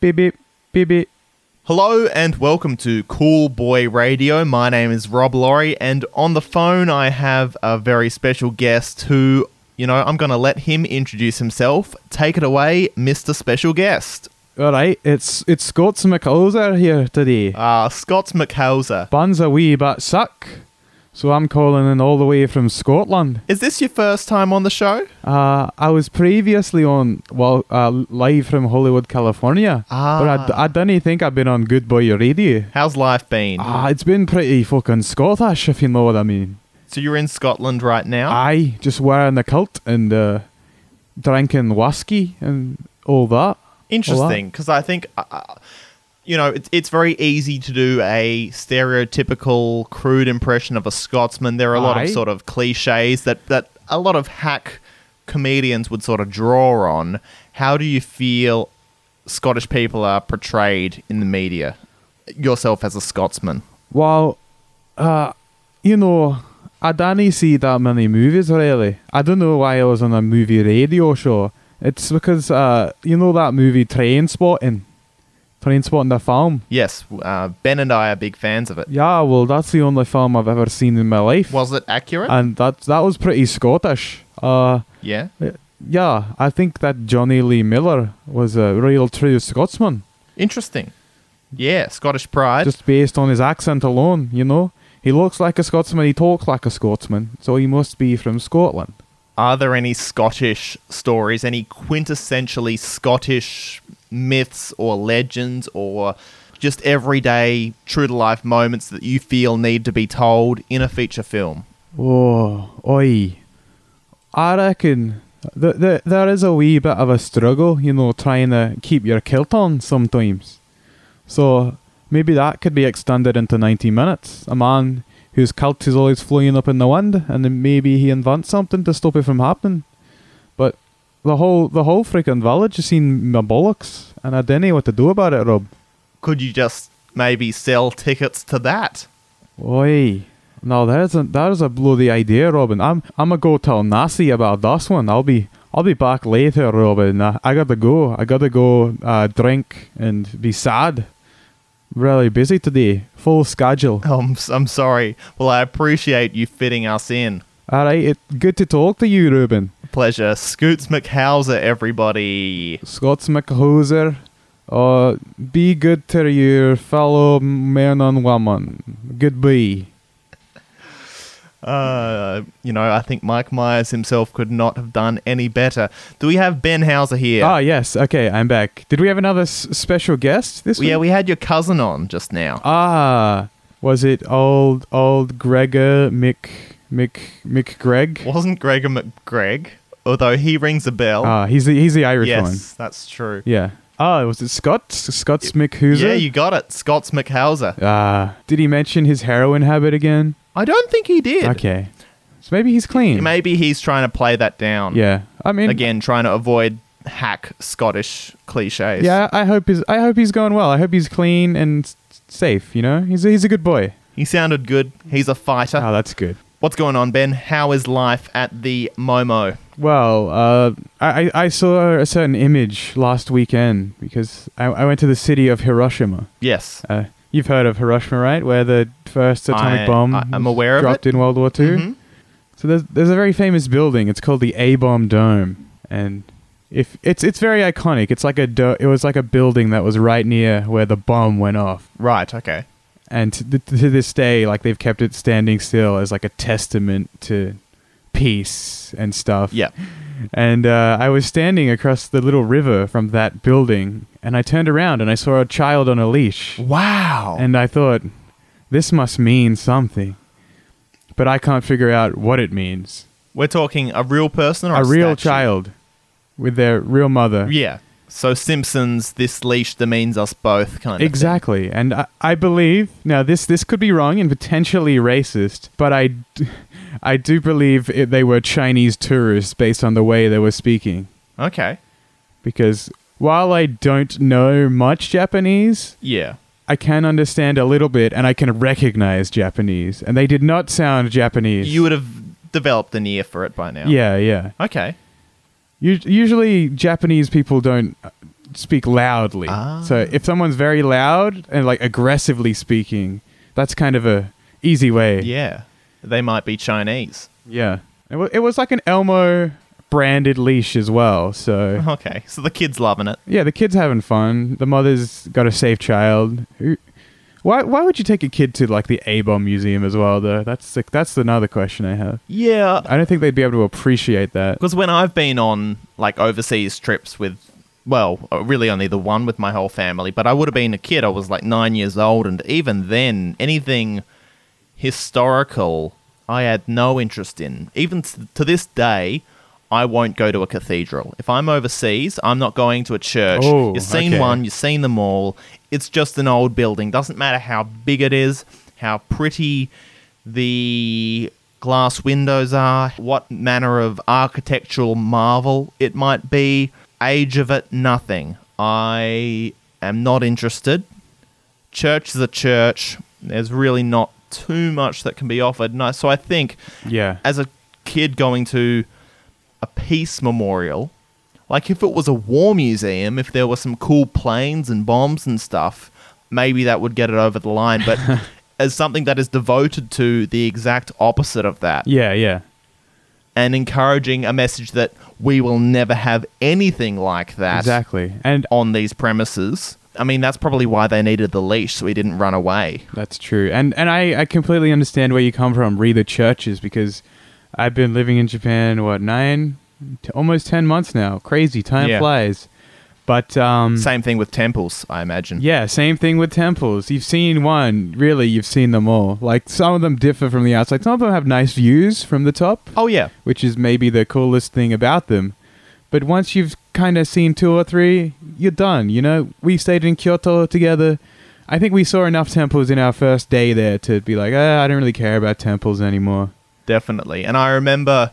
Beep beep beep beep. Hello and welcome to Cool Boy Radio. My name is Rob Laurie, and on the phone I have a very special guest who, you know, I'm going to let him introduce himself. Take it away, Mr. Special Guest. All right, it's it's Scott's McAlzer here today. Ah, Scott McHauser. Buns a wee but suck, so I'm calling in all the way from Scotland. Is this your first time on the show? Uh, I was previously on well uh, live from Hollywood, California, but I, d- I don't think I've been on Good Boy Radio. How's life been? Ah, it's been pretty fucking Scottish, if you know what I mean. So you're in Scotland right now? Aye, just wearing the kilt and uh, drinking whiskey and all that. Interesting, because I think, uh, you know, it's, it's very easy to do a stereotypical, crude impression of a Scotsman. There are a lot Aye. of sort of cliches that, that a lot of hack comedians would sort of draw on. How do you feel Scottish people are portrayed in the media? Yourself as a Scotsman. Well, uh, you know, I don't see that many movies really. I don't know why I was on a movie radio show. It's because uh, you know that movie Train Spotting, Train Spotting the film. Yes, uh, Ben and I are big fans of it. Yeah, well, that's the only film I've ever seen in my life, Was it accurate? and that that was pretty Scottish. Uh, yeah. yeah, I think that Johnny Lee Miller was a real true Scotsman, Interesting. Yeah, Scottish pride. just based on his accent alone. You know, he looks like a Scotsman, he talks like a Scotsman, so he must be from Scotland. Are there any Scottish stories, any quintessentially Scottish myths or legends or just everyday true to life moments that you feel need to be told in a feature film? Oh, oi. I reckon th- th- there is a wee bit of a struggle, you know, trying to keep your kilt on sometimes. So maybe that could be extended into 90 minutes. A man whose kilt is always flying up in the wind, and then maybe he invents something to stop it from happening. But the whole the whole freaking village has seen my bollocks, and I don't know what to do about it, Rob. Could you just maybe sell tickets to that? Oi. No, there's a there's a bloody idea, Robin. I'm I'm a go tell Nasi about this one. I'll be I'll be back later, Robin. I, I gotta go. I gotta go uh, drink and be sad. Really busy today. Full schedule. Oh, I'm, s- I'm sorry. Well, I appreciate you fitting us in. All right. It good to talk to you, Robin. Pleasure. Scoots McHauser, everybody. Scots McHoser. Uh, be good to your fellow man and woman. Goodbye. Uh, you know, I think Mike Myers himself could not have done any better. Do we have Ben Hauser here? Ah, yes. Okay, I'm back. Did we have another s- special guest this week? Yeah, we had your cousin on just now. Ah, was it old old Gregor Mick Mick Mick Greg? Oh, Wasn't Gregor McGreg, although he rings a bell. Ah, he's the he's the Irish one. yes, that's true. Yeah. Ah, was it Scots Scots Mick Hooser? Yeah, you got it. Scott's McHauser. Ah, did he mention his heroin habit again? I don't think he did. Okay, so maybe he's clean. Maybe he's trying to play that down. yeah, I mean, Again, trying to avoid hack Scottish cliches. yeah. I hope he's I hope he's going well. I hope he's clean and s- safe. You know, he's a, he's a good boy. He sounded good. He's a fighter. Ah, that's good. What's going on, Ben? How is life at the Momo? Well, uh, I, I I saw a certain image last weekend because I, I went to the city of Hiroshima. Yes. Uh, you've heard of Hiroshima, right? Where the first atomic I- bomb I- I'm aware of dropped in World War 2 Mhm. So there's there's a very famous building. It's called the A bomb dome, and if it's it's very iconic. It's like a do- it was like a building that was right near where the bomb went off, Right, okay. and to, th- to this day, like they've kept it standing still as like a testament to peace and stuff. Yeah. And uh, I was standing across the little river from that building, and I turned around and I saw a child on a leash. Wow. And I thought, this must mean something. But I can't figure out what it means. We're talking a real person or a, a real statue? child with their real mother. Yeah. So Simpsons, this leash demeans us both, kind of. thing. Exactly. And I, I believe, now this, this could be wrong and potentially racist, but I, d- I do believe it, they were Chinese tourists based on the way they were speaking. Okay. Because while I don't know much Japanese, Yeah. I can understand a little bit and I can recognize Japanese. And they did not sound Japanese. You would have developed an ear for it by now. yeah, yeah. Okay. Us- Usually, Japanese people don't uh, speak loudly. Ah. So if someone's very loud and like aggressively speaking, that's kind of a easy way. Yeah. They might be Chinese. Yeah. It was, it was like an Elmo branded leash as well. So Okay. So the kid's loving it. yeah, the kid's having fun. The mother's got a safe child. Who- Why, why would you take a kid to like the A bomb museum as well though? That's the, that's another question I have. Yeah. I don't think they'd be able to appreciate that. Because when I've been on like overseas trips with, well, uh, really only the one with my whole family, but I would have been a kid. I was like nine years old, and even then, anything historical, I had no interest in. Even t- to this day, I won't go to a cathedral. If I'm overseas, I'm not going to a church. Oh, you've seen okay. one, you've seen them all. It's just an old building. Doesn't matter how big it is, how pretty the glass windows are, what manner of architectural marvel it might be, age of it, nothing. I am not interested. Church is a church. There's really not too much that can be offered. And I- so I think Yeah. as a kid going to a peace memorial, like if it was a war museum, if there were some cool planes and bombs and stuff, maybe that would get it over the line. But as something that is devoted to the exact opposite of that Yeah, yeah. and encouraging a message that we will never have anything like that Exactly. And on these premises. I mean, that's probably why they needed the leash so he didn't run away. That's true, and and I, I completely understand where you come from. Re the churches because I've been living in Japan what nine, t- almost ten months now. Crazy time Yeah. flies, but um, Same thing with temples, I imagine. yeah, same thing with temples. You've seen one, really, you've seen them all. Like some of them differ from the outside. Some of them have nice views from the top, Oh, yeah. which is maybe the coolest thing about them. But once you've kind of seen two or three, you're done. You know, we stayed in Kyoto together. I think we saw enough temples in our first day there to be like, ah, I don't really care about temples anymore. definitely. And I remember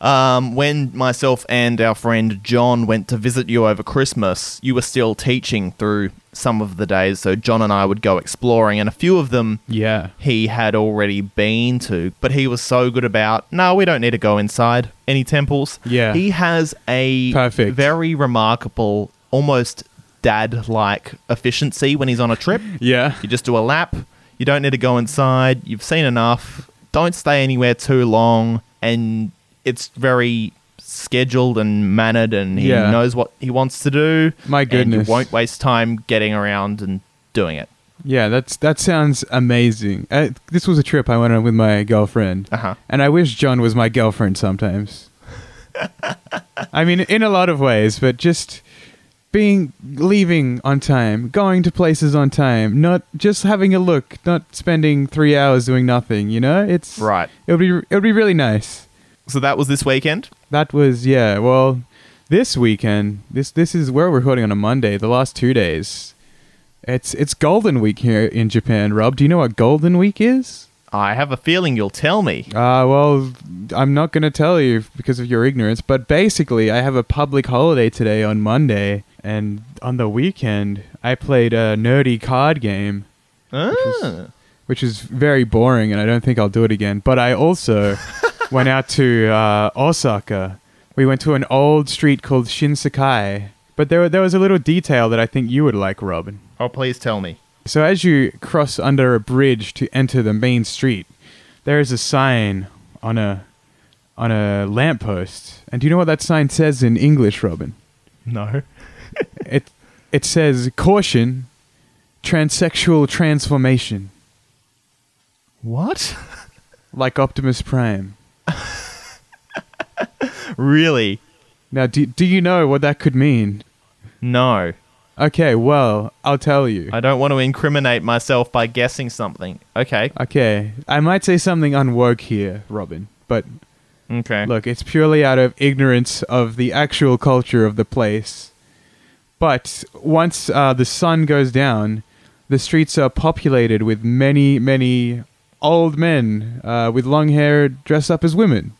um, when myself and our friend John went to visit you over Christmas, you were still teaching through some of the days. So John and I would go exploring, and a few of them Yeah. he had already been to, but he was so good about, no, we don't need to go inside any temples. Yeah. He has a Perfect. very remarkable, almost dad like efficiency when he's on a trip. Yeah. You just do a lap. You don't need to go inside. You've seen enough. Don't stay anywhere too long. And it's very scheduled and mannered, and he Yeah. knows what he wants to do. My And goodness. you won't waste time getting around and doing it. Yeah, that's that sounds amazing. Uh, this was a trip I went on with my girlfriend. Uh huh. And I wish John was my girlfriend sometimes. I mean, in a lot of ways, but just being leaving on time, going to places on time, not just having a look, not spending three hours doing nothing. You know, it's Right. It would be it would be really nice. So that was this weekend. That was yeah. Well, this weekend, this this is where we're recording on a Monday. The last two days, it's it's Golden Week here in Japan. Rob, do you know what Golden Week is? I have a feeling you'll tell me. Uh, well, I'm not going to tell you because of your ignorance, but basically, I have a public holiday today on Monday, and on the weekend, I played a nerdy card game, Ah. which is very boring, and I don't think I'll do it again. But I also went out to uh, Osaka. We went to an old street called Shinsekai, but there, there was a little detail that I think you would like, Robin. Oh, please tell me. So as you cross under a bridge to enter the main street, there is a sign on a on a lamppost. And do you know what that sign says in English, Robin? No. It it says caution transsexual transformation What? like Optimus Prime. really? Now do, do you know what that could mean? No. Okay, well, I'll tell you. I don't want to incriminate myself by guessing something. Okay. Okay, I might say something unwoke here, Robin, but Okay. Look, it's purely out of ignorance of the actual culture of the place. But once uh, the sun goes down, the streets are populated with many, many old men uh, with long hair dressed up as women.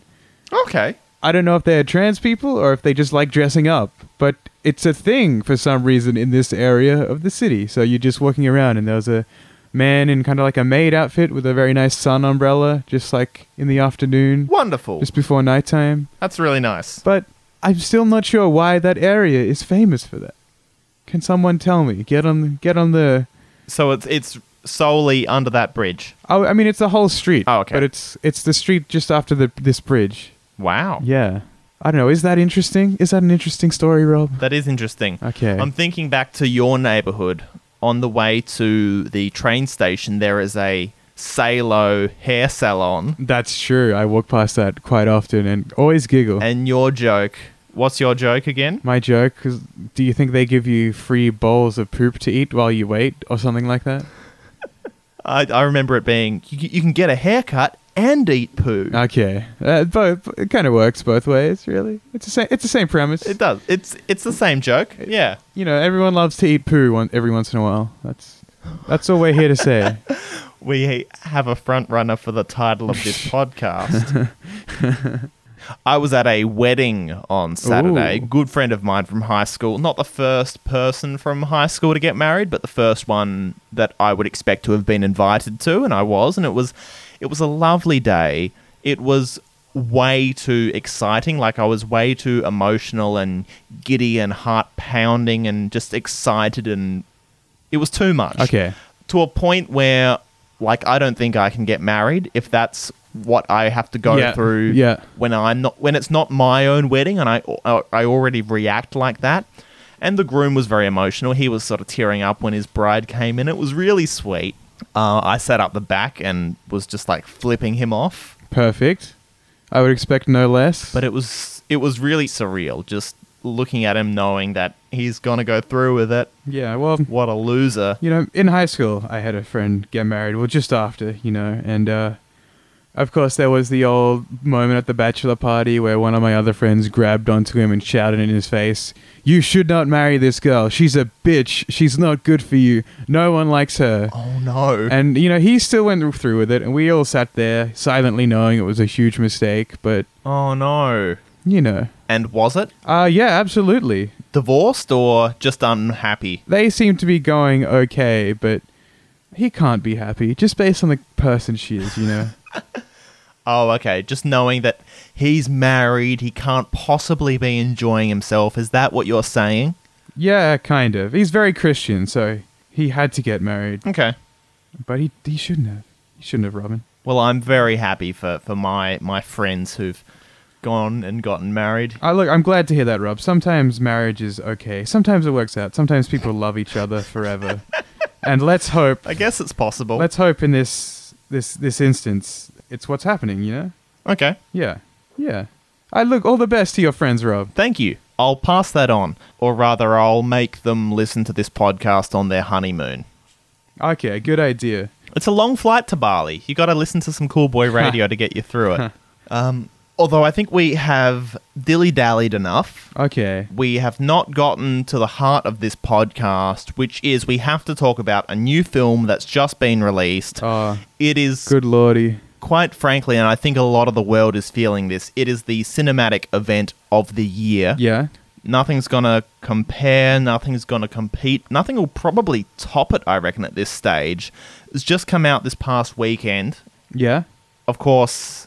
Okay. I don't know if they're trans people or if they just like dressing up, but it's a thing for some reason in this area of the city. So you're just walking around and there's a man in kind of like a maid outfit with a very nice sun umbrella, just like in the afternoon, Wonderful. just before nighttime That's really nice. but I'm still not sure why that area is famous for that. Can someone tell me? Get on, get on the. So it's it's solely under that bridge. I, I mean, it's the whole street. Oh, okay. But it's it's the street just after the this bridge. Wow. Yeah. I don't know. Is that interesting? Is that an interesting story, Rob? That is interesting. Okay. I'm thinking back to your neighborhood. On the way to the train station, there is a Salo hair salon. That's true. I walk past that quite often and always giggle. And your joke. What's your joke again? My joke is do you think they give you free bowls of poop to eat while you wait or something like that? I, I remember it being you, c- you can get a haircut and eat poo. Okay. Uh, both it kind of works both ways, really. It's the same it's the same premise. It does. It's it's the same joke. Yeah. you know, everyone loves to eat poo one, every once in a while. That's that's all we're here to say. We have a front runner for the title of this podcast. I was at a wedding on Saturday. Ooh. Good friend of mine from high school. Not the first person from high school to get married, but the first one that I would expect to have been invited to, and I was, and it was it was a lovely day. It was way too exciting. Like I was way too emotional and giddy and heart pounding and just excited and it was too much Okay. to a point where like I don't think I can get married if that's what I have to go Yeah, through yeah. when I'm not when it's not my own wedding and I uh, I already react like that. And the groom was very emotional. He was sort of tearing up when his bride came in. It was really sweet. Uh, I sat up the back and was just like flipping him off. Perfect. I would expect no less. But it was it was really surreal just looking at him knowing that he's gonna go through with it. yeah, well, What a loser. you know, in high school, I had a friend get married. Well, just after, you know, and uh, of course, there was the old moment at the bachelor party where one of my other friends grabbed onto him and shouted in his face, "You should not marry this girl. She's a bitch. She's not good for you. No one likes her." Oh no. And you know, he still went through with it, and we all sat there silently knowing it was a huge mistake. But Oh no. you know, And was it? uh, yeah, absolutely. divorced or just unhappy? They seem to be going okay, but he can't be happy just based on the person she is, you know. Oh, okay. Just knowing that he's married, he can't possibly be enjoying himself. Is that what you're saying? Yeah, kind of. He's very Christian, so he had to get married, Okay. but he he shouldn't have. He shouldn't have, Robin. Well, I'm very happy for, for my, my friends who've gone and gotten married. I look. I'm glad to hear that, Rob. Sometimes marriage is okay. Sometimes it works out. Sometimes people love each other forever, and let's hope. I guess it's possible. Let's hope in this this this instance, it's what's happening. You know? okay. Yeah, yeah. I look all the best to your friends, Rob. Thank you. I'll pass that on, or rather, I'll make them listen to this podcast on their honeymoon. Okay, good idea. It's a long flight to Bali. You got to listen to some cool boy radio to get you through it. um, although I think we have dilly dallied enough. Okay. we have not gotten to the heart of this podcast, which is we have to talk about a new film that's just been released. Oh, It is, good lordy. quite frankly, and I think a lot of the world is feeling this, it is the cinematic event of the year. Yeah. Nothing's going to compare, nothing's going to compete, nothing will probably top it, I reckon, at this stage. It's just come out this past weekend. Yeah. Of course,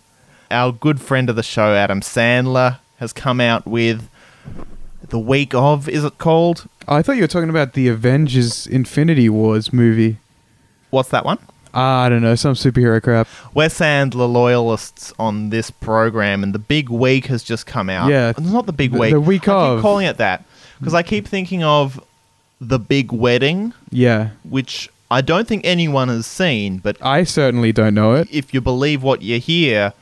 our good friend of the show, Adam Sandler, has come out with. The week of, is it called? I thought you were talking about the Avengers Infinity Wars movie. Ah, What's that one? I don't know, some superhero crap. We're Sandler loyalists on this program, and the big week has just come out. Yeah. it's not the big The- week. the week I of. keep calling it that because I keep thinking of the big wedding, Yeah. which I don't think anyone has seen. But I certainly don't know it. if you believe what you hear,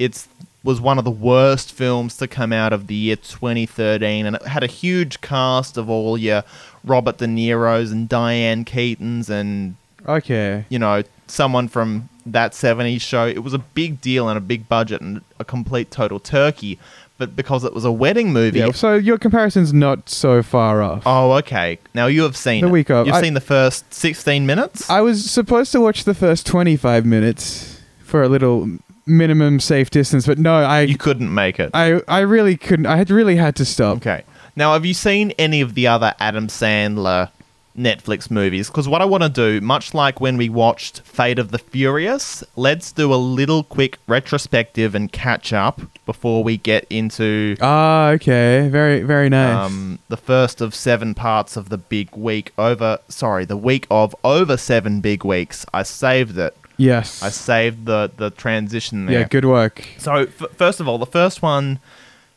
it's was one of the worst films to come out of the year 2013, and it had a huge cast of all your Robert De Niro's and Diane Keaton's and Okay. you know, someone from that 70s show. It was a big deal and a big budget and a complete total turkey. But because it was a wedding movie. Yeah. So your comparison's not so far off. Oh, okay. Now you have seen The it. week of- You've I- seen the first 16 minutes? I was supposed to watch the first 25 minutes for a little minimum safe distance, but no, I you couldn't make it. I I really couldn't. I had really had to stop. okay. Now, have you seen any of the other Adam Sandler Netflix movies because what I want to do, much like when we watched Fate of the Furious, let's do a little quick retrospective and catch up before we get into Ah, okay. Very, very nice. um, the first of seven parts of the big week over. Sorry, the week of over seven big weeks. I saved it. yes. I saved the the transition there. yeah, good work. So, f- first of all, the first one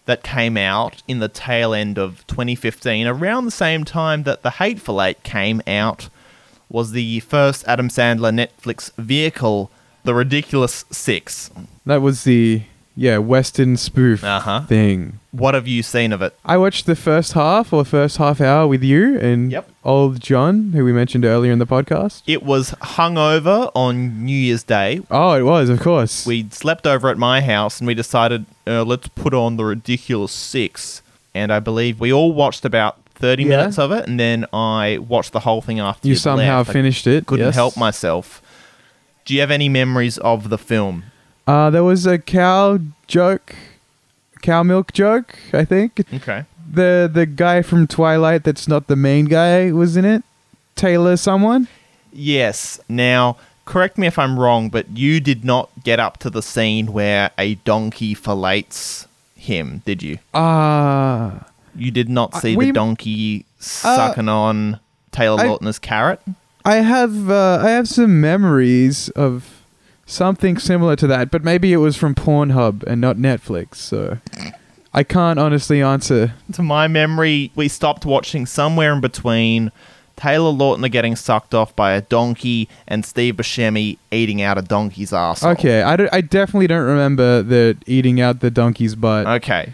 that came out in the tail end of 2015, around the same time that The Hateful Eight came out, was the first Adam Sandler Netflix vehicle, The Ridiculous Six. That was the yeah Western spoof Uh-huh. thing. What have you seen of it? I watched the first half or first half hour with you and Yep. old John, who we mentioned earlier in the podcast. It was hungover on New Year's Day. Oh, it was, of course. We slept over at my house and we decided, uh, let's put on The Ridiculous Six. And I believe we all watched about 30 Yeah. minutes of it, and then I watched the whole thing after you you'd somehow left. I finished it. couldn't yes. help myself. Do you have any memories of the film? Uh, there was a cow joke, cow milk joke. I think Okay. the the guy from Twilight that's not the main guy was in it. Taylor, someone. Yes. Now, correct me if I'm wrong, but you did not get up to the scene where a donkey fellates him, did you? Ah, You did not I- see we- Uh, the donkey sucking on Taylor I- Lautner's carrot? I have uh, I have some memories of something similar to that, but maybe it was from Pornhub and not Netflix. So I can't honestly answer. To my memory, we stopped watching somewhere in between Taylor Lautner getting sucked off by a donkey and Steve Buscemi eating out a donkey's asshole. Okay, I, don't- I definitely don't remember the eating out the donkey's butt. Okay.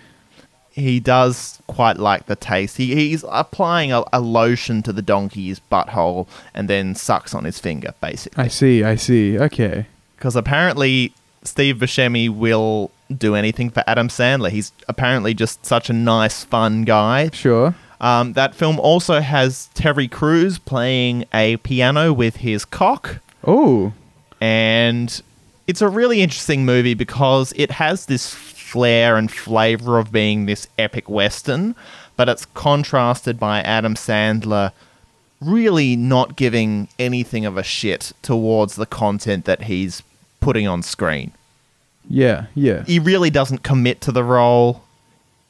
He does quite like the taste. He, he's applying a, a lotion to the donkey's butthole and then sucks on his finger, basically. I see, I see. Okay. Because apparently, Steve Buscemi will do anything for Adam Sandler. He's apparently just such a nice, fun guy. Sure. Um, that film also has Terry Crews playing a piano with his cock. Oh, and it's a really interesting movie because it has this flair and flavor of being this epic western, but it's contrasted by Adam Sandler really not giving anything of a shit towards the content that he's putting on screen. yeah, yeah. He really doesn't commit to the role.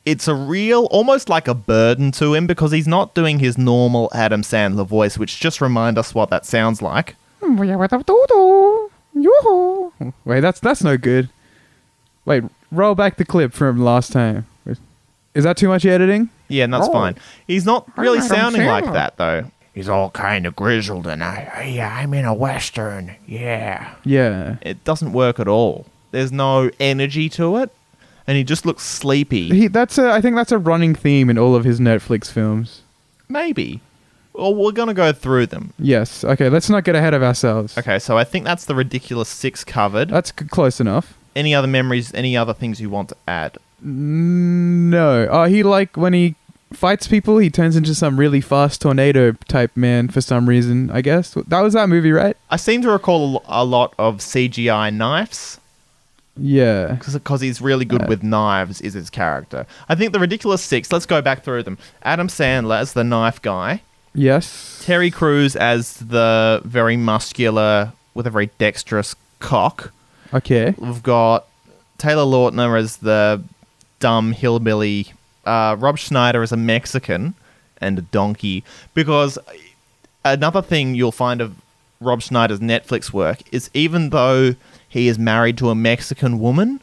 It's a real, almost like a burden to him because he's not doing his normal Adam Sandler voice, which just remind us what that sounds like. Wait, that's that's no good. Wait, roll back the clip from last time. Is that too much editing? Yeah, and that's Oh. fine. He's not really Adam sounding like Sandler. that though. He's all kind of grizzled, and I, yeah, I'm in a western. Yeah. Yeah. It doesn't work at all. There's no energy to it, and he just looks sleepy. He that's a I think that's a running theme in all of his Netflix films. Maybe. Well, we're gonna go through them. Yes. Okay, let's not get ahead of ourselves. Okay, so I think that's the ridiculous six covered. That's c- close enough. Any other memories? Any other things you want to add? No. Oh, he like when he fights people, he turns into some really fast tornado type man for some reason, I guess. That was that movie, right? I seem to recall a lo- a lot of CGI knives Yeah. because he's really good with knives. Is his character? I think the ridiculous six. Let's go back through them. Adam Sandler as the knife guy. Yes. Terry Crews as the very muscular with a very dexterous cock. Okay. We've got Taylor Lautner as the dumb hillbilly. Uh, Rob Schneider as a Mexican and a donkey. Because another thing you'll find of Rob Schneider's Netflix work is even though he is married to a Mexican woman,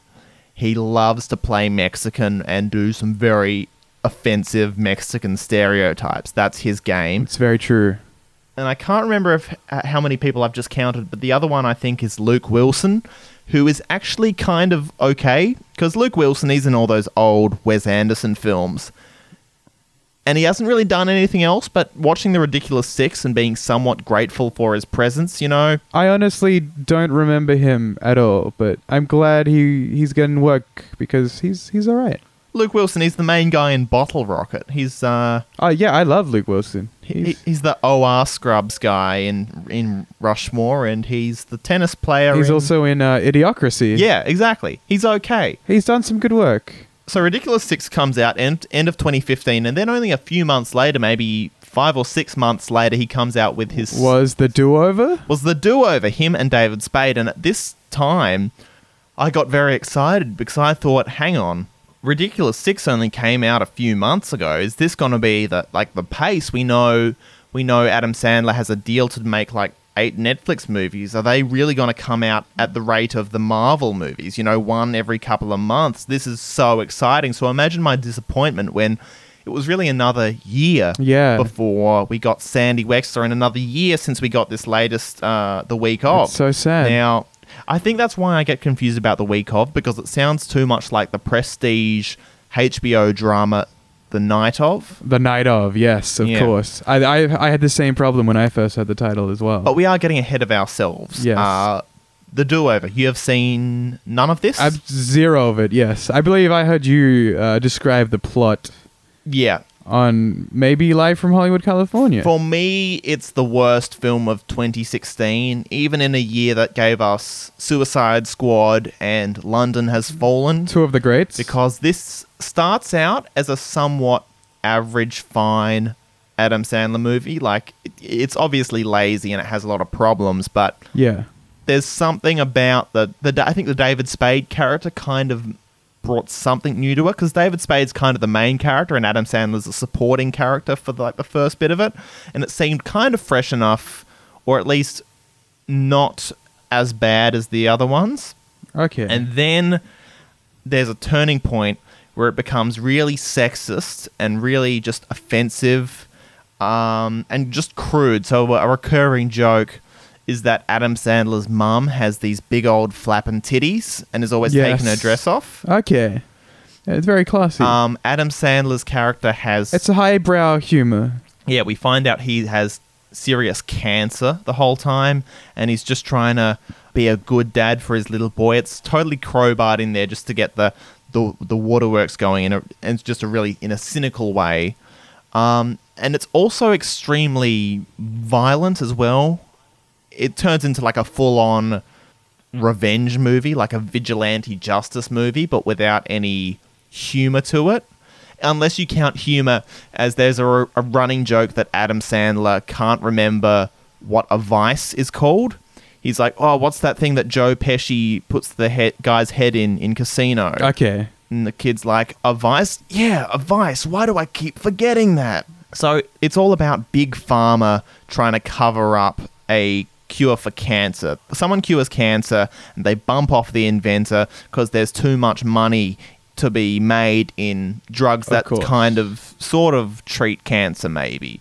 he loves to play Mexican and do some very offensive Mexican stereotypes. That's his game It's very true. and I can't remember if uh, how many people I've just counted, but the other one I think is Luke Wilson, who is actually kind of okay because Luke Wilson he's in all those old Wes Anderson films, and he hasn't really done anything else. But watching The Ridiculous Six and being somewhat grateful for his presence, you know, I honestly don't remember him at all, but I'm glad he he's getting work because he's he's all right. Luke Wilson he's the main guy in Bottle Rocket. He's uh, Oh, yeah, I love Luke Wilson. he, He's, he's the OR Scrubs guy in in Rushmore, and he's the tennis player. he's in- also in uh, Idiocracy. yeah, exactly. He's okay. He's done some good work. So Ridiculous Six comes out end end of 2015, and then only a few months later, maybe five or six months later, he comes out with his Was the do over? was the do over him and David Spade. And at this time, I got very excited because I thought, hang on, Ridiculous Six only came out a few months ago. Is this going to be the like the pace? We know, we know Adam Sandler has a deal to make like eight Netflix movies. Are they really going to come out at the rate of the Marvel movies? You know, one every couple of months. This is so exciting. So imagine my disappointment when. It was really another year Yeah. before we got Sandy Wexler, and another year since we got this latest uh, the week of. That's so sad. Now, I think that's why I get confused about the week of because it sounds too much like the prestige HBO drama the night of. The night of, yes, of Yeah. course. I, I I had the same problem when I first had the title as well. But we are getting ahead of ourselves. Yes. Uh, the do over. You have seen none of this. i zero of it. Yes, I believe I heard you uh, describe the plot yeah. on maybe live from Hollywood, California. For me, it's the worst film of 2016, even in a year that gave us Suicide Squad and London Has Fallen. Two of the greats. because this starts out as a somewhat average, fine Adam Sandler movie. Like, it- it's obviously lazy and it has a lot of problems, but yeah, there's something about the the I think the David Spade character kind of brought something new to it because David Spade's kind of the main character and Adam Sandler's a supporting character for the, like the first bit of it, and it seemed kind of fresh enough, or at least not as bad as the other ones. okay, And then there's a turning point where it becomes really sexist and really just offensive um, and just crude. So, a recurring joke is that Adam Sandler's mum has these big old flapping titties and is always Yes. taking her dress off. okay, Yeah, it's very classy. Um, Adam Sandler's character has. it's a highbrow humor. yeah, we find out he has serious cancer the whole time, and he's just trying to be a good dad for his little boy. It's totally crowbarred in there just to get the the, the waterworks going, in a, and it's just a really in a cynical way. Um, and it's also extremely violent as well. It turns into like a full on revenge movie, like a vigilante justice movie, but without any humor to it. Unless you count humor as there's a, a running joke that Adam Sandler can't remember what a vice is called. He's like, oh, what's that thing that Joe Pesci puts the he- guy's head in in Casino? Okay, And the kid's like, a vice? Yeah, a vice. Why do I keep forgetting that? So it's all about Big Pharma trying to cover up a cure for cancer. Someone cures cancer and they bump off the inventor because there's too much money to be made in drugs that course. kind of sort of treat cancer, maybe.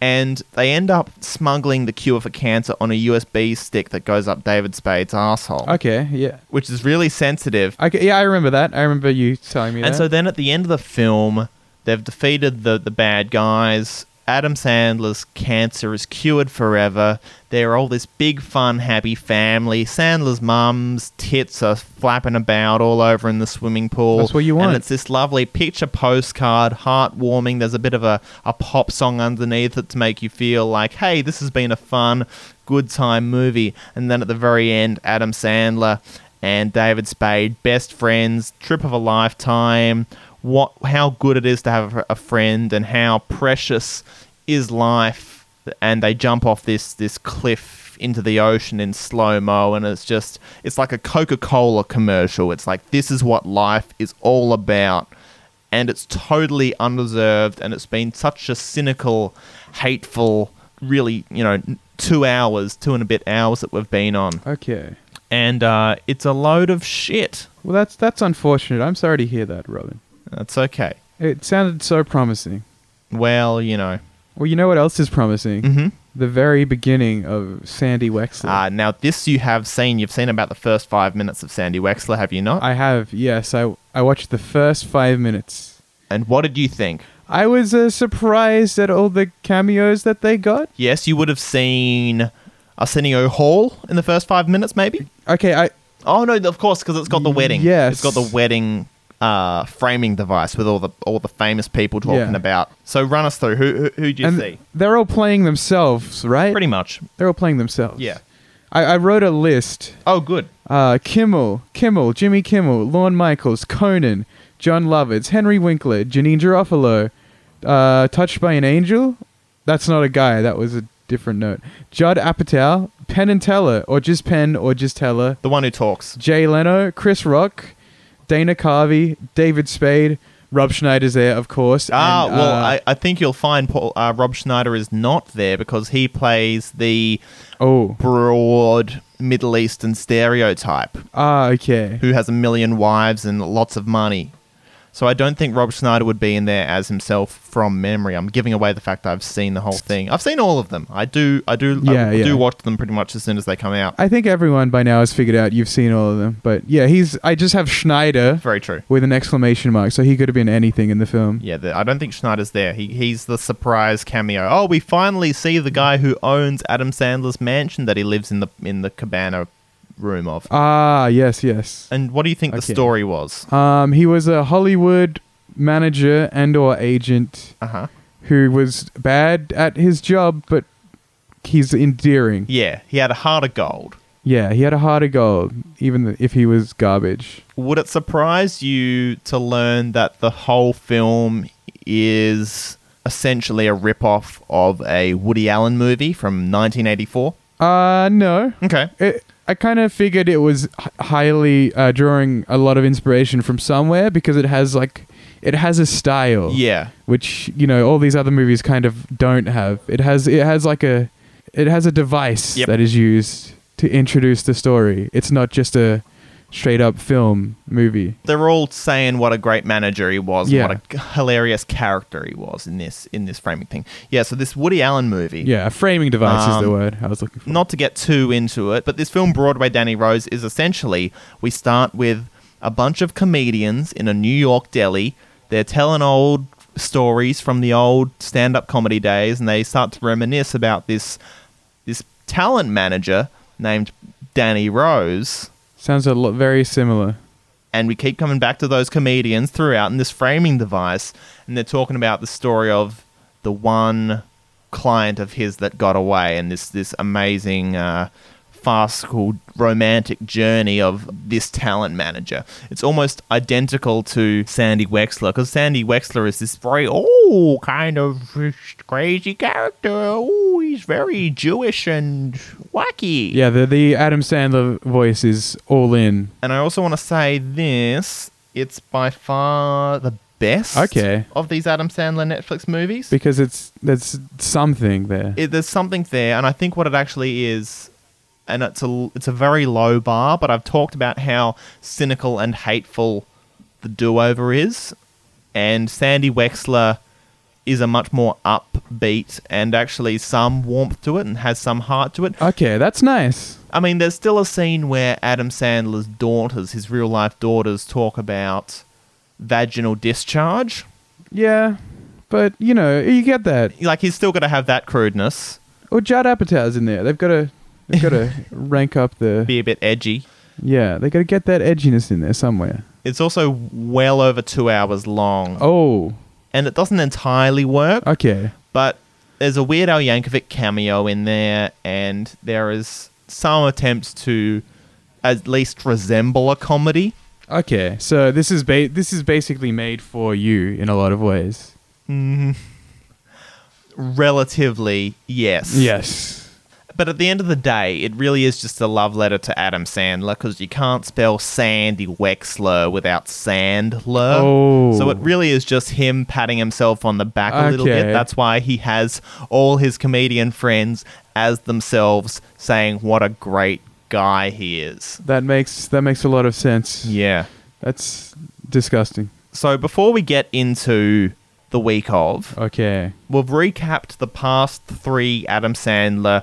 And they end up smuggling the cure for cancer on a USB stick that goes up David Spade's asshole, okay, yeah, which is really sensitive. okay, yeah. I remember that. I remember you telling me And that. so then at the end of the film, they've defeated the, the bad guys. Adam Sandler's cancer is cured forever. They're all this big, fun, happy family. Sandler's mum's tits are flapping about all over in the swimming pool. That's what you And want. it's this lovely picture postcard, heartwarming. There's a bit of a, a pop song underneath it to make you feel like, hey, this has been a fun, good time movie. And then at the very end, Adam Sandler and David Spade, best friends, trip of a lifetime. What, how good it is to have a friend, and how precious is life. And they jump off this this cliff into the ocean in slow mo, and it's just it's like a Coca Cola commercial. It's like this is what life is all about, and it's totally undeserved. And it's been such a cynical, hateful, really you know two hours, two and a bit hours that we've been on, okay, and uh, it's a load of shit. well, that's that's unfortunate. I'm sorry to hear that, Robin. That's okay. It sounded so promising. Well, you know. Well, you know what else is promising? hmm The very beginning of Sandy Wexler. Uh, now, this you have seen. You've seen about the first five minutes of Sandy Wexler, have you not? I have, yes. I I watched the first five minutes. and what did you think? I was uh, surprised at all the cameos that they got. Yes, you would have seen Arsenio Hall in the first five minutes, maybe? Okay, I Oh, no, of course, because it's got the wedding. Yes. It's got the wedding uh, framing device with all the all the famous people talking Yeah. about. So run us through. Who, who, who'd you and see? they're all playing themselves, right? Pretty much. They're all playing themselves. Yeah. I, I wrote a list. Oh, good. Uh, Kimmel, Kimmel, Jimmy Kimmel, Lorne Michaels, Conan, John Lovitz, Henry Winkler, Janine Garofalo, uh, Touched by an Angel, that's not a guy. That was a different note. Judd Apatow, Penn and Teller, or just Penn, or just Teller. The one who talks. Jay Leno, Chris Rock, Dana Carvey, David Spade, Rob Schneider's there, of course. Ah, and, well, uh, I, I think you'll find Paul, uh, Rob Schneider is not there because he plays the oh, broad Middle Eastern stereotype ah, okay. who has a million wives and lots of money. So I don't think Rob Schneider would be in there as himself from memory. I'm giving away the fact that I've seen the whole thing. I've seen all of them. I do. I do. Yeah, I yeah. do watch them pretty much as soon as they come out. I think everyone by now has figured out you've seen all of them, but yeah, he's. I just have Schneider Very true. with an exclamation mark, so he could have been anything in the film. Yeah, the, I don't think Schneider's there. He, he's the surprise cameo. Oh, we finally see the guy who owns Adam Sandler's mansion that he lives in the in the cabana room of. Ah, yes, yes. And what do you think the Okay. story was? Um, he was a Hollywood manager and/or agent Uh huh. who was bad at his job, but he's endearing. Yeah, he had a heart of gold. Yeah, he had a heart of gold, even if he was garbage. Would it surprise you to learn that the whole film is essentially a rip-off of a Woody Allen movie from 1984? Uh, no. Okay. It, I kind of figured it was h- highly uh, drawing a lot of inspiration from somewhere because it has like it has a style. Yeah. Which you know all these other movies kind of don't have. It has it has like a it has a device Yep. that is used to introduce the story. It's not just a straight up film movie. they're all saying what a great manager he was, Yeah. and what a hilarious character he was in this in this framing thing. Yeah, so this Woody Allen movie. Yeah, a framing device is the Um, word I was looking for. Not to get too into it, but this film Broadway Danny Rose is essentially we start with a bunch of comedians in a New York deli. They're telling old stories from the old stand-up comedy days and they start to reminisce about this this talent manager named Danny Rose Sounds a lot very similar. and we keep coming back to those comedians throughout in this framing device and they're talking about the story of the one client of his that got away and this this amazing uh farcical romantic journey of this talent manager it's almost identical to sandy wexler because sandy wexler is this very oh kind of crazy character oh he's very jewish and wacky Yeah, the the Adam Sandler voice is all in. And I also want to say this it's by far the best Okay. of these Adam Sandler Netflix movies. Because it's there's something there. It, there's something there, and I think what it actually is, and it's a, it's a very low bar, but I've talked about how cynical and hateful the do over is. And Sandy Wexler is a much more upbeat and actually some warmth to it and has some heart to it. okay, that's nice. I mean, there's still a scene where Adam Sandler's daughters, his real life daughters, talk about vaginal discharge. Yeah, but you know, you get that. Like, he's still going to have that crudeness, Or Judd Apatow's in there. They've got to, they've got to rank up the. be a bit edgy. Yeah, they got to get that edginess in there somewhere. It's also well over two hours long, Oh, and it doesn't entirely work, okay. but there's a Weird Al Yankovic cameo in there, and there is some attempts to at least resemble a comedy. Okay, so this is ba- this is basically made for you in a lot of ways. Relatively, yes. Yes. But at the end of the day, it really is just a love letter to Adam Sandler because you can't spell Sandy Wexler without Sandler. Oh. So it really is just him patting himself on the back a little Okay. bit. That's why he has all his comedian friends as themselves saying what a great guy he is. That makes that makes a lot of sense. Yeah. That's disgusting. So before we get into the week of, Okay. we've recapped the past three Adam Sandler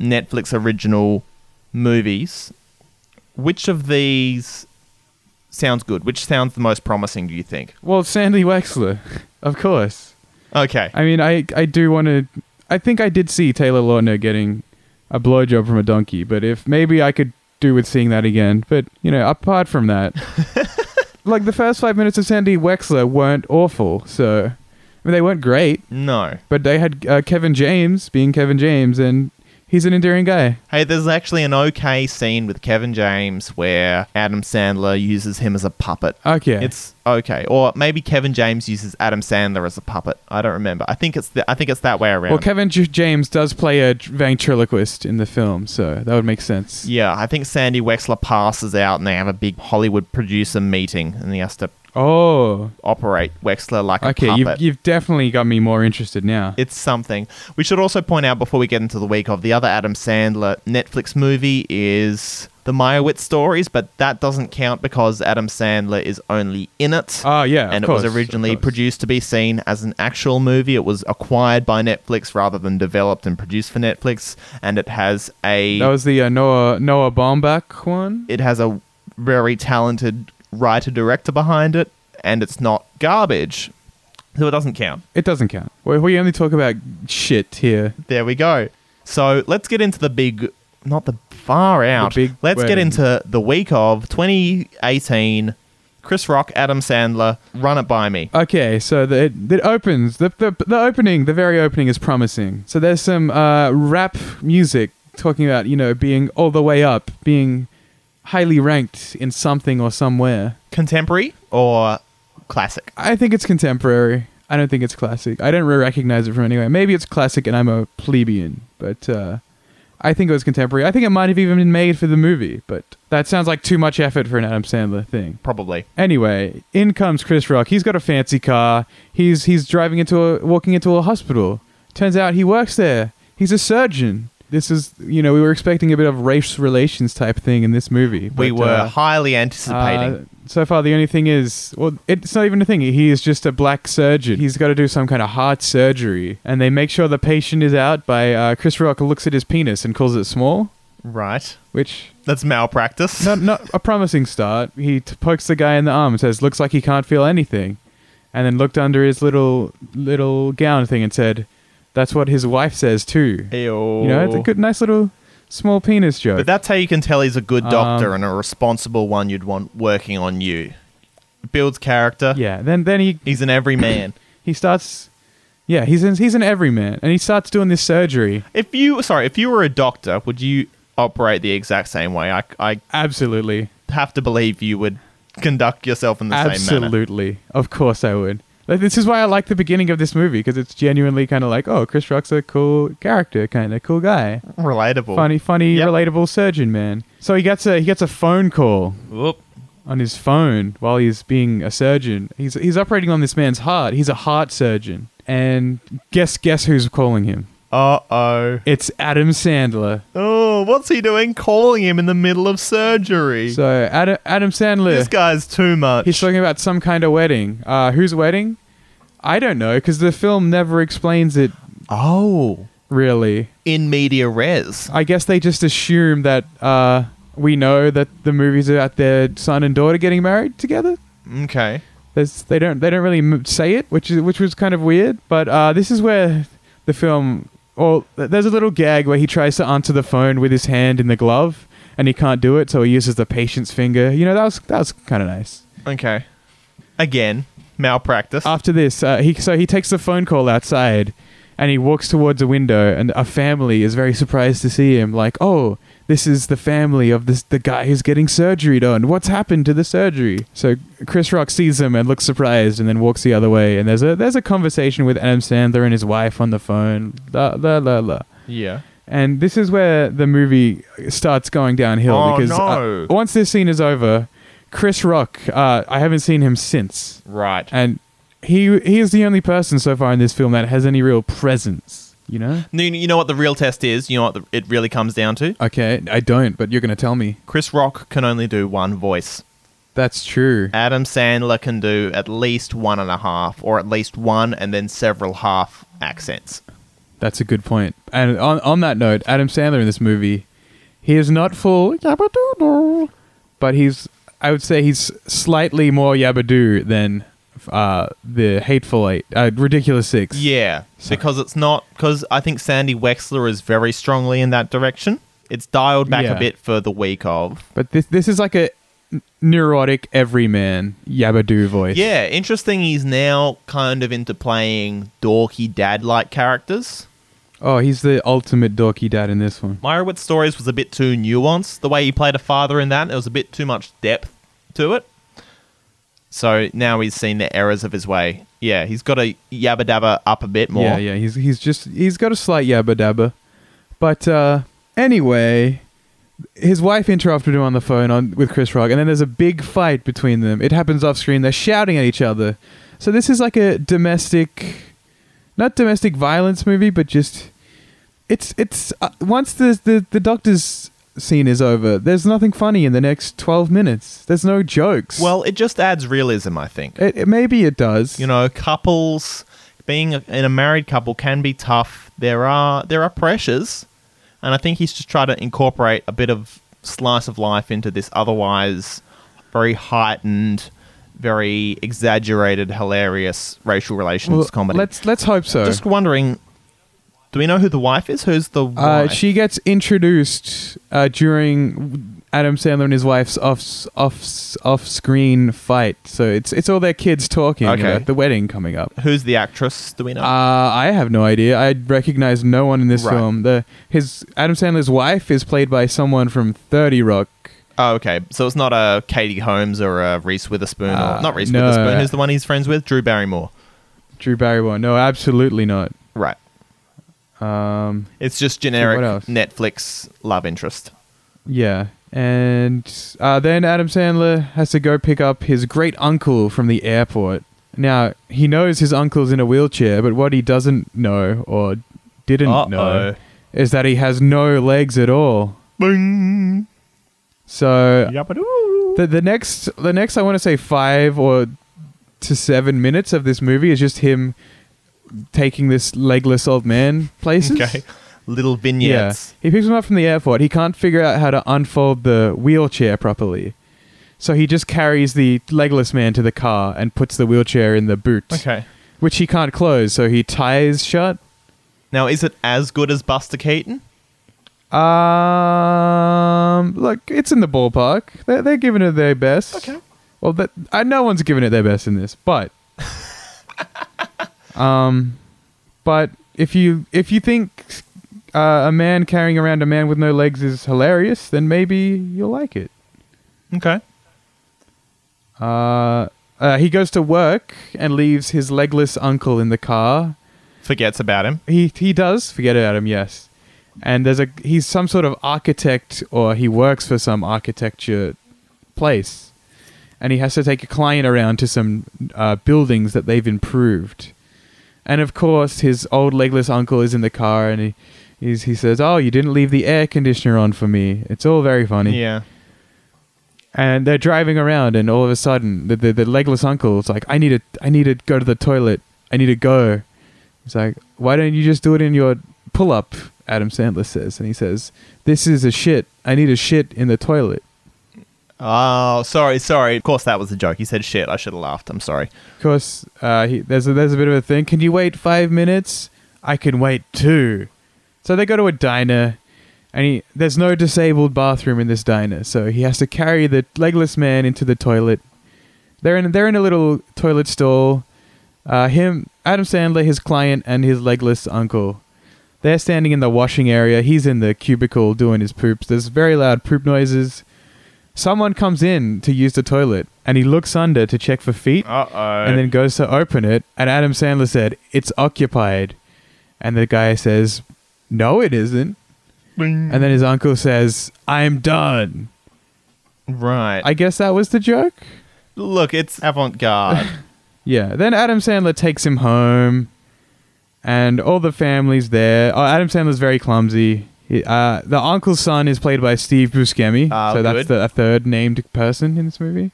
Netflix original movies. Which of these sounds good? Which sounds the most promising, do you think? Well, Sandy Wexler, of course. Okay. I mean, I I do want to. I think I did see Taylor Lautner getting a blowjob from a donkey, but if maybe I could do with seeing that again. But you know, apart from that, like the first five minutes of Sandy Wexler weren't awful. So I mean, they weren't great, No. but they had uh, Kevin James being Kevin James, and He's an endearing guy. Hey, there's actually an okay scene with Kevin James where Adam Sandler uses him as a puppet. Okay. It's okay, or maybe Kevin James uses Adam Sandler as a puppet. I don't remember. I think it's the, I think it's that way around. well, Kevin J- James does play a d- ventriloquist in the film, so that would make sense. yeah, I think Sandy Wexler passes out, and they have a big Hollywood producer meeting, and he has to Oh, operate Wexler like a okay. You've, puppet. you've definitely got me more interested now. it's something. We should also point out before we get into the week of the other Adam Sandler Netflix movie is The Meyerowitz Stories, but that doesn't count because Adam Sandler is only in it. Ah, yeah, of and it course, was of originally course. produced to be seen as an actual movie. It was acquired by Netflix rather than developed and produced for Netflix, and it has a that was the uh, Noah Noah Baumbach one. it has a very talented writer director behind it, and it's not garbage, so it doesn't count. It doesn't count. We, we only talk about shit here. There we go. So let's get into the big, not the far out. big let's get wedding. into the week of 2018. Chris Rock, Adam Sandler, Run It By Me. Okay, so the, it, it opens. The, the, the opening, the very opening is promising. So there's some uh, rap music talking about, you know, being all the way up, being highly ranked in something or somewhere. Contemporary or classic? I think it's contemporary. I don't think it's classic. I don't really recognize it from anywhere. Maybe it's classic and I'm a plebeian, but uh, I think it was contemporary. I think it might have even been made for the movie, but that sounds like too much effort for an Adam Sandler thing. Probably. Anyway, in comes Chris Rock. He's got a fancy car. He's he's driving into a walking into a hospital. Turns out he works there. He's a surgeon. This is you know we were expecting a bit of race relations type thing in this movie. we but, were uh, highly anticipating. uh, so far, the only thing is, well, it's not even a thing. He is just a black surgeon. He's got to do some kind of heart surgery, and they make sure the patient is out by uh, Chris Rock looks at his penis and calls it small, right. which That's malpractice. not not a promising start. He t- pokes the guy in the arm and says, "Looks like he can't feel anything," and then looked under his little little gown thing and said, "That's what his wife says too." You know, it's a good, nice little small penis joke. Oh. But that's how you can tell he's a good Um, doctor and a responsible one you'd want working on you. Builds character. yeah. Then then he He's an everyman. he starts. Yeah, he's in, he's an everyman, and he starts doing this surgery. If you sorry, if you were a doctor, would you operate the exact same way? I, I Absolutely, have to believe you would conduct yourself in the same manner. absolutely. Of course, I would. Like, this is why I like the beginning of this movie because it's genuinely kind of like, oh, Chris Rock's a cool character, kind of cool guy, Relatable. funny, funny, Yep. relatable surgeon man. So he gets a he gets a phone call Whoop. on his phone while he's being a surgeon. He's he's operating on this man's heart. He's a heart surgeon, and guess guess who's calling him? Uh oh. It's Adam Sandler. Oh, what's he doing? Calling him in the middle of surgery. So Adam Adam Sandler. this guy's too much. He's talking about some kind of wedding. Uh, whose wedding? I don't know because the film never explains it oh, really. in media res. I guess they just assume that uh, we know that the movie's about their son and daughter getting married together. Okay. There's, they don't they don't really m- say it, which is which was kind of weird. But uh, this is where the film or th- there's a little gag where he tries to answer the phone with his hand in the glove and he can't do it, so he uses the patient's finger. You know that was that was kind of nice. Okay. Again, malpractice. after this, uh, he so he takes the phone call outside, and he walks towards a window, and a family is very surprised to see him. Like, oh, this is the family of this the guy who's getting surgery done. What's happened to the surgery? So Chris Rock sees him and looks surprised, and then walks the other way. And there's a there's a conversation with Adam Sandler and his wife on the phone. La la la la. yeah. And this is where the movie starts going downhill Oh, because uh, no. once this scene is over, Chris Rock, uh, I haven't seen him since Right. and he he is the only person so far in this film that has any real presence. You know? You- you know what the real test is? You know what the, it really comes down to? Okay, I don't, but you're gonna tell me. Chris Rock can only do one voice. That's true. Adam Sandler can do at least one and a half, or at least one and then several half accents. That's a good point. And on on that note, Adam Sandler in this movie, he is not full yabadoodle, but he's I would say he's slightly more yabadoo than uh, the hateful eight, uh, ridiculous six. Yeah, because it's not because I think Sandy Wexler is very strongly in that direction. It's dialed back Yeah. a bit for the week of. But this this is like a n- neurotic everyman yabadoo voice. Yeah, interesting. He's now kind of into playing dorky dad-like characters. Oh, he's the ultimate dorky dad in this one. Meyerowitz Stories was a bit too nuanced. The way he played a father in that, there was a bit too much depth to it. So now he's seen the errors of his way. Yeah, he's got to yabba dabba up a bit more. Yeah, yeah. He's he's just he's got a slight yabba dabba, but uh, anyway, his wife interrupted him on the phone on with Chris Rock, and then there's a big fight between them. It happens off screen. They're shouting at each other. So this is like a domestic, not domestic violence movie, but just it's it's uh, once the, the the doctor's scene is over, there's nothing funny in the next twelve minutes. There's no jokes. Well, it just adds realism, I think. it, it, maybe it does. You know, couples being a- in a married couple can be tough. There are there are pressures, and I think he's just trying to incorporate a bit of slice of life into this otherwise very heightened, very exaggerated, hilarious racial relations Well, comedy. Let's let's hope so. Just wondering, do we know who the wife is? Who's the wife? Uh, she gets introduced uh, during Adam Sandler and his wife's off off off screen fight. So it's it's all their kids talking Okay. about the wedding coming up. Who's the actress? Do we know? Uh, I have no idea. I recognize no one in this Right. film. The his Adam Sandler's wife is played by someone from Thirty Rock. oh, okay. So it's not a Katie Holmes or a Reese Witherspoon. Uh, or, not Reese no. Witherspoon. Who's the one he's friends with? Drew Barrymore. Drew Barrymore. No, absolutely not. Right. Um, It's just generic What else? Netflix love interest. yeah. And uh, then Adam Sandler has to go pick up his great uncle from the airport. Now, he knows his uncle's in a wheelchair, but what he doesn't know or didn't know Uh-oh. is that he has no legs at all. Bing. So Yabba-doo. the, the next the next I want to say 5 or to 7 minutes of this movie is just him taking this legless old man places. Okay. Little vignettes. He picks him up from the airport. He can't figure out how to unfold the wheelchair properly. So he just carries the legless man to the car and puts the wheelchair in the boot. Okay. Which he can't close, so he ties shut. Now, is it as good as Buster Keaton? Um, look, it's in the ballpark. They're, they're giving it their best. Okay. Well, that, I, no one's giving it their best in this, but, um, but if you if you think uh, a man carrying around a man with no legs is hilarious, then maybe you'll like it. Okay. Uh, uh, he goes to work and leaves his legless uncle in the car. Forgets about him. He he does forget about him, yes. And there's a he's some sort of architect or he works for some architecture place, and he has to take a client around to some uh, buildings that they've improved. And of course, his old legless uncle is in the car, and he he's, he says, "Oh, you didn't leave the air conditioner on for me." It's all very funny. Yeah. And they're driving around, and all of a sudden, the, the, the legless uncle's like, "I need to, I need to go to the toilet. I need to go." He's like, "Why don't you just do it in your pull-up?" Adam Sandler says, and he says, "This is a shit. I need a shit in the toilet." Oh, sorry, sorry. Of course, that was a joke. He said shit. I should have laughed. I'm sorry. Of course, uh, he, there's a, there's a bit of a thing. Can you wait five minutes? I can wait two. So they go to a diner, and he, there's no disabled bathroom in this diner, so he has to carry the legless man into the toilet. They're in they're in a little toilet stall. Uh, him, Adam Sandler, his client, and his legless uncle. They're standing in the washing area. He's in the cubicle doing his poops. There's very loud poop noises. Someone comes in to use the toilet, and he looks under to check for feet Uh oh. and then goes to open it and adam sandler said it's occupied and the guy says no it isn't Bing. and then his uncle says i'm done right. i guess that was the joke Look, it's avant garde. yeah then adam sandler takes him home and all the family's there oh, adam sandler's very clumsy He- uh, the uncle's son is played by steve buscemi Ah, so that's good. the a third named person in this movie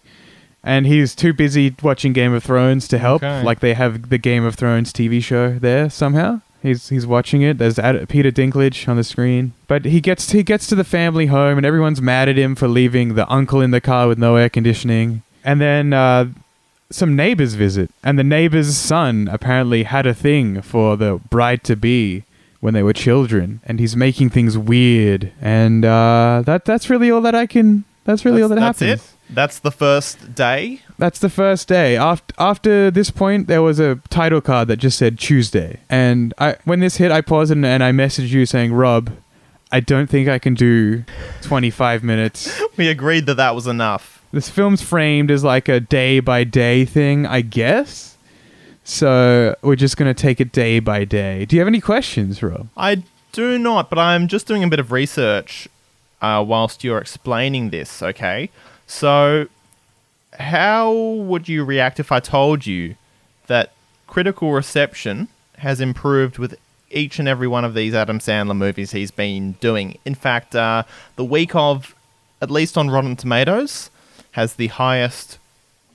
and he's too busy watching Game of Thrones to help. Okay. Like they have the Game of Thrones TV show there somehow. He's he's watching it. There's Ad- Peter Dinklage on the screen, but he gets he gets to the family home and everyone's mad at him for leaving the uncle in the car with no air conditioning. And then uh, some neighbors visit, and the neighbor's son apparently had a thing for the bride to be when they were children, and he's making things weird. And uh, that that's really all that I can That's really all that that's happens. it. That's the first day. That's the first day. After after this point, there was a title card that just said Tuesday. And I when this hit, I paused and, and I messaged you saying, Rob, I don't think I can do 25 minutes. We agreed that that was enough. This film's framed as like a day by day thing, I guess. So we're just gonna take it day by day. Do you have any questions, Rob? I do not, but I'm just doing a bit of research uh, whilst you're explaining this, okay? So, how would you react if I told you that critical reception has improved with each and every one of these Adam Sandler movies he's been doing? In fact, uh, the week of, at least on Rotten Tomatoes, has the highest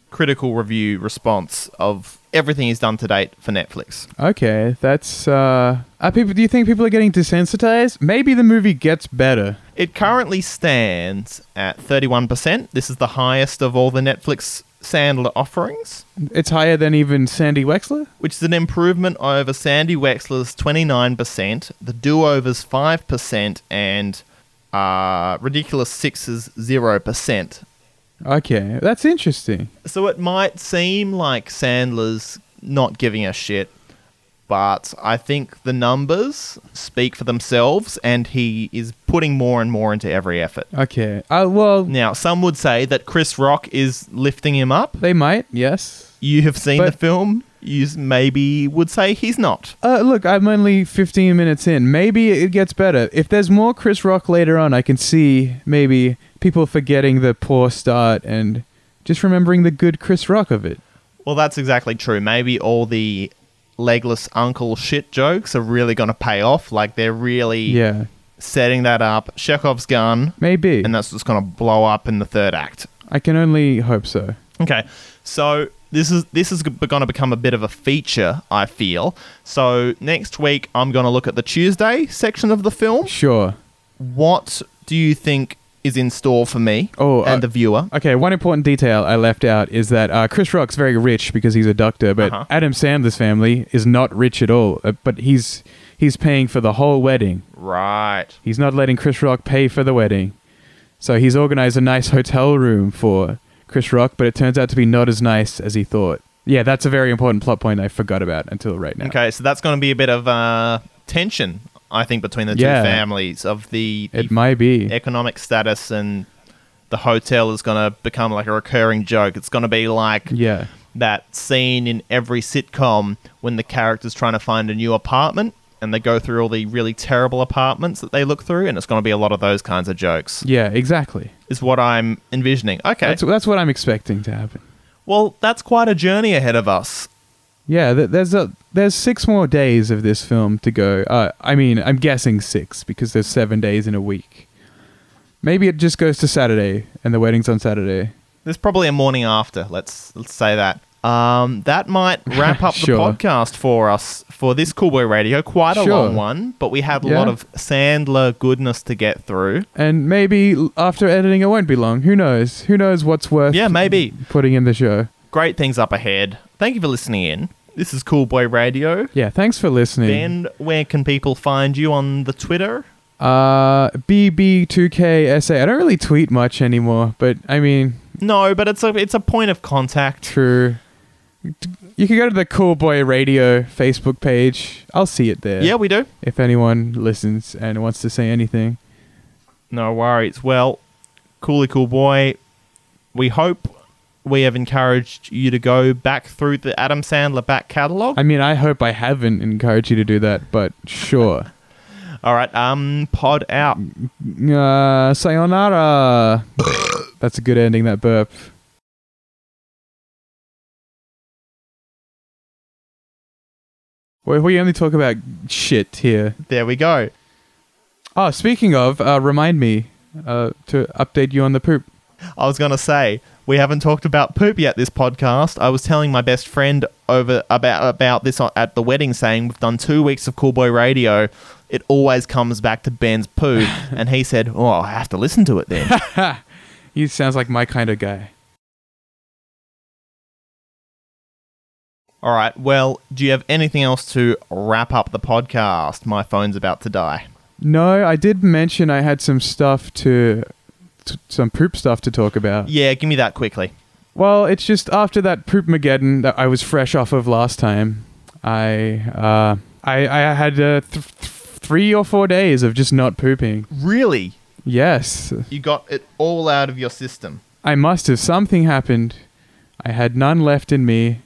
critical review response of everything he's done to date for Netflix. Okay, that's uh are people do you think people are getting desensitized? Maybe the movie gets better. It currently stands at 31%. This is the highest of all the Netflix Sandler offerings, It's higher than even Sandy Wexler? which is an improvement over Sandy Wexler's 29%, The Do Over's 5%, and uh, Ridiculous Six's 0%. Okay, that's interesting. So it might seem like Sandler's not giving a shit, but I think the numbers speak for themselves, and he is putting more and more into every effort. Okay. Uh, well, Now, some would say that Chris Rock is lifting him up. they might. Yes. You have seen But- the film. You s- maybe would say he's not. Uh, look, I'm only 15 minutes in. Maybe it gets better. If there's more Chris Rock later on, I can see maybe people forgetting the poor start and just remembering the good Chris Rock of it. Well, that's exactly true. Maybe all the legless uncle shit jokes are really going to pay off. Like they're really Yeah, setting that up. Chekhov's gun, maybe. and that's just going to blow up in the third act. I can only hope so. Okay, so this is this is going to become a bit of a feature. I feel so. Next week, I'm going to look at the Tuesday section of the film. Sure. what do you think is in store for me Oh, uh, and the viewer? Okay, one important detail I left out is that uh, Chris Rock's very rich because he's a doctor, but Uh-huh. Adam Sandler's family is not rich at all. Uh, but he's he's paying for the whole wedding. Right. He's not letting Chris Rock pay for the wedding. So he's organized a nice hotel room for Chris Rock, but it turns out to be not as nice as he thought. Yeah, that's a very important plot point I forgot about until right now. Okay, so that's going to be a bit of uh, tension, I think, between the Yeah. two families of the, the It might be. economic status and the hotel is going to become like a recurring joke. It's going to be like Yeah. that scene in every sitcom when the character's trying to find a new apartment and they go through all the really terrible apartments that they look through, and it's going to be a lot of those kinds of jokes, Yeah, exactly. is what I'm envisioning. Okay. That's that's what I'm expecting to happen. well, that's quite a journey ahead of us. Yeah, th- there's a there's six more days of this film to go. Uh, I mean, I'm guessing six because there's seven days in a week. Maybe it just goes to Saturday and the wedding's on Saturday. There's probably a morning after. Let's let's say that. Um, that might wrap up Sure. the podcast for us for this Cool Boy Radio. Quite a Sure. long one, but we had a lot Yeah. of Sandler goodness to get through. And maybe l- after editing, it won't be long. Who knows? Who knows what's worth? Yeah, maybe. putting in the show. Great things up ahead. Thank you for listening in. This is Cool Boy Radio. Yeah, thanks for listening. Ben, where can people find you on the Twitter? Uh, BB2KSA. I don't really tweet much anymore, but I mean, No, but it's a it's a point of contact. true. You can go to the Cool Boy Radio Facebook page. I'll see it there. Yeah, we do. If anyone listens and wants to say anything. No worries. Well, Coolie Cool Boy, we hope we have encouraged you to go back through the Adam Sandler back catalogue. I mean, I hope I haven't encouraged you to do that, but sure. All right, um, pod out. uh, sayonara. That's a good ending, that burp. Well, we only talk about shit here. There we go. Oh, speaking of, uh, remind me uh, to update you on the poop. I was gonna say we haven't talked about poop yet this podcast. I was telling my best friend over about about this o- at the wedding, saying we've done two weeks of Cool Boy Radio. It always comes back to Ben's poo, and he said, "Oh, I have to listen to it then." He sounds like my kind of guy. All right. Well, do you have anything else to wrap up the podcast? My phone's about to die. No, I did mention I had some stuff to t- some poop stuff to talk about. Yeah, give me that quickly. Well, it's just after that poop mageddon that I was fresh off of last time. I uh, I, I had uh, th- th- three or four days of just not pooping. Really? Yes, You got it all out of your system. I must have something happened. I had none left in me.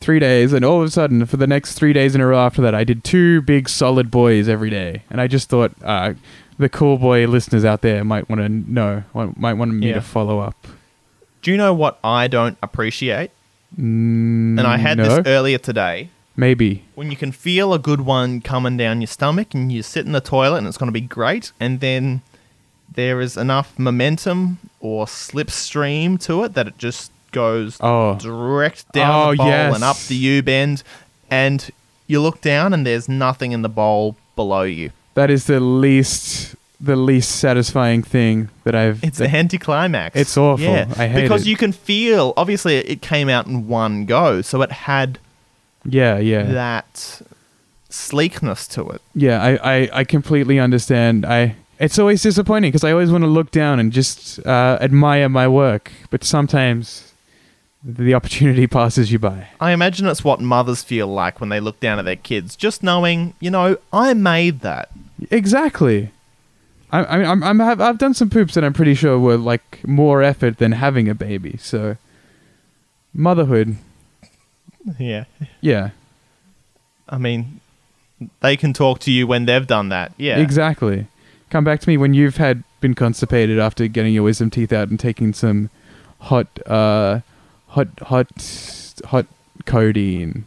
Three days, and all of a sudden, for the next three days in a row after that, I did two big solid boys every day, and I just thought uh, the cool boy listeners out there might want to know, want- might want me Yeah. to follow up. Do you know what I don't appreciate? Mm, And I had no? this earlier today. maybe. When you can feel a good one coming down your stomach and you sit in the toilet and it's going to be great, and then there is enough momentum or slipstream to it that it just goes Oh. direct down Oh, the bowl yes. and up the U bend, and you look down and there's nothing in the bowl below you. That is the least the least satisfying thing that I've. It's that- an anticlimax. It's awful. I hate because it. you can feel. Obviously, it came out in one go, so it had yeah, yeah, that sleekness to it. yeah. I, I, I completely understand. I it's always disappointing because I always want to look down and just uh, admire my work, but sometimes the opportunity passes you by. I imagine it's what mothers feel like when they look down at their kids, just knowing, you know, I made that. Exactly. I, I mean, I'm, I'm have, I've done some poops that I'm pretty sure were like more effort than having a baby. So motherhood, Yeah. yeah, I mean, they can talk to you when they've done that. Yeah. Exactly. Come back to me when you've had been constipated after getting your wisdom teeth out and taking some hot, uh, hot, hot, hot codeine.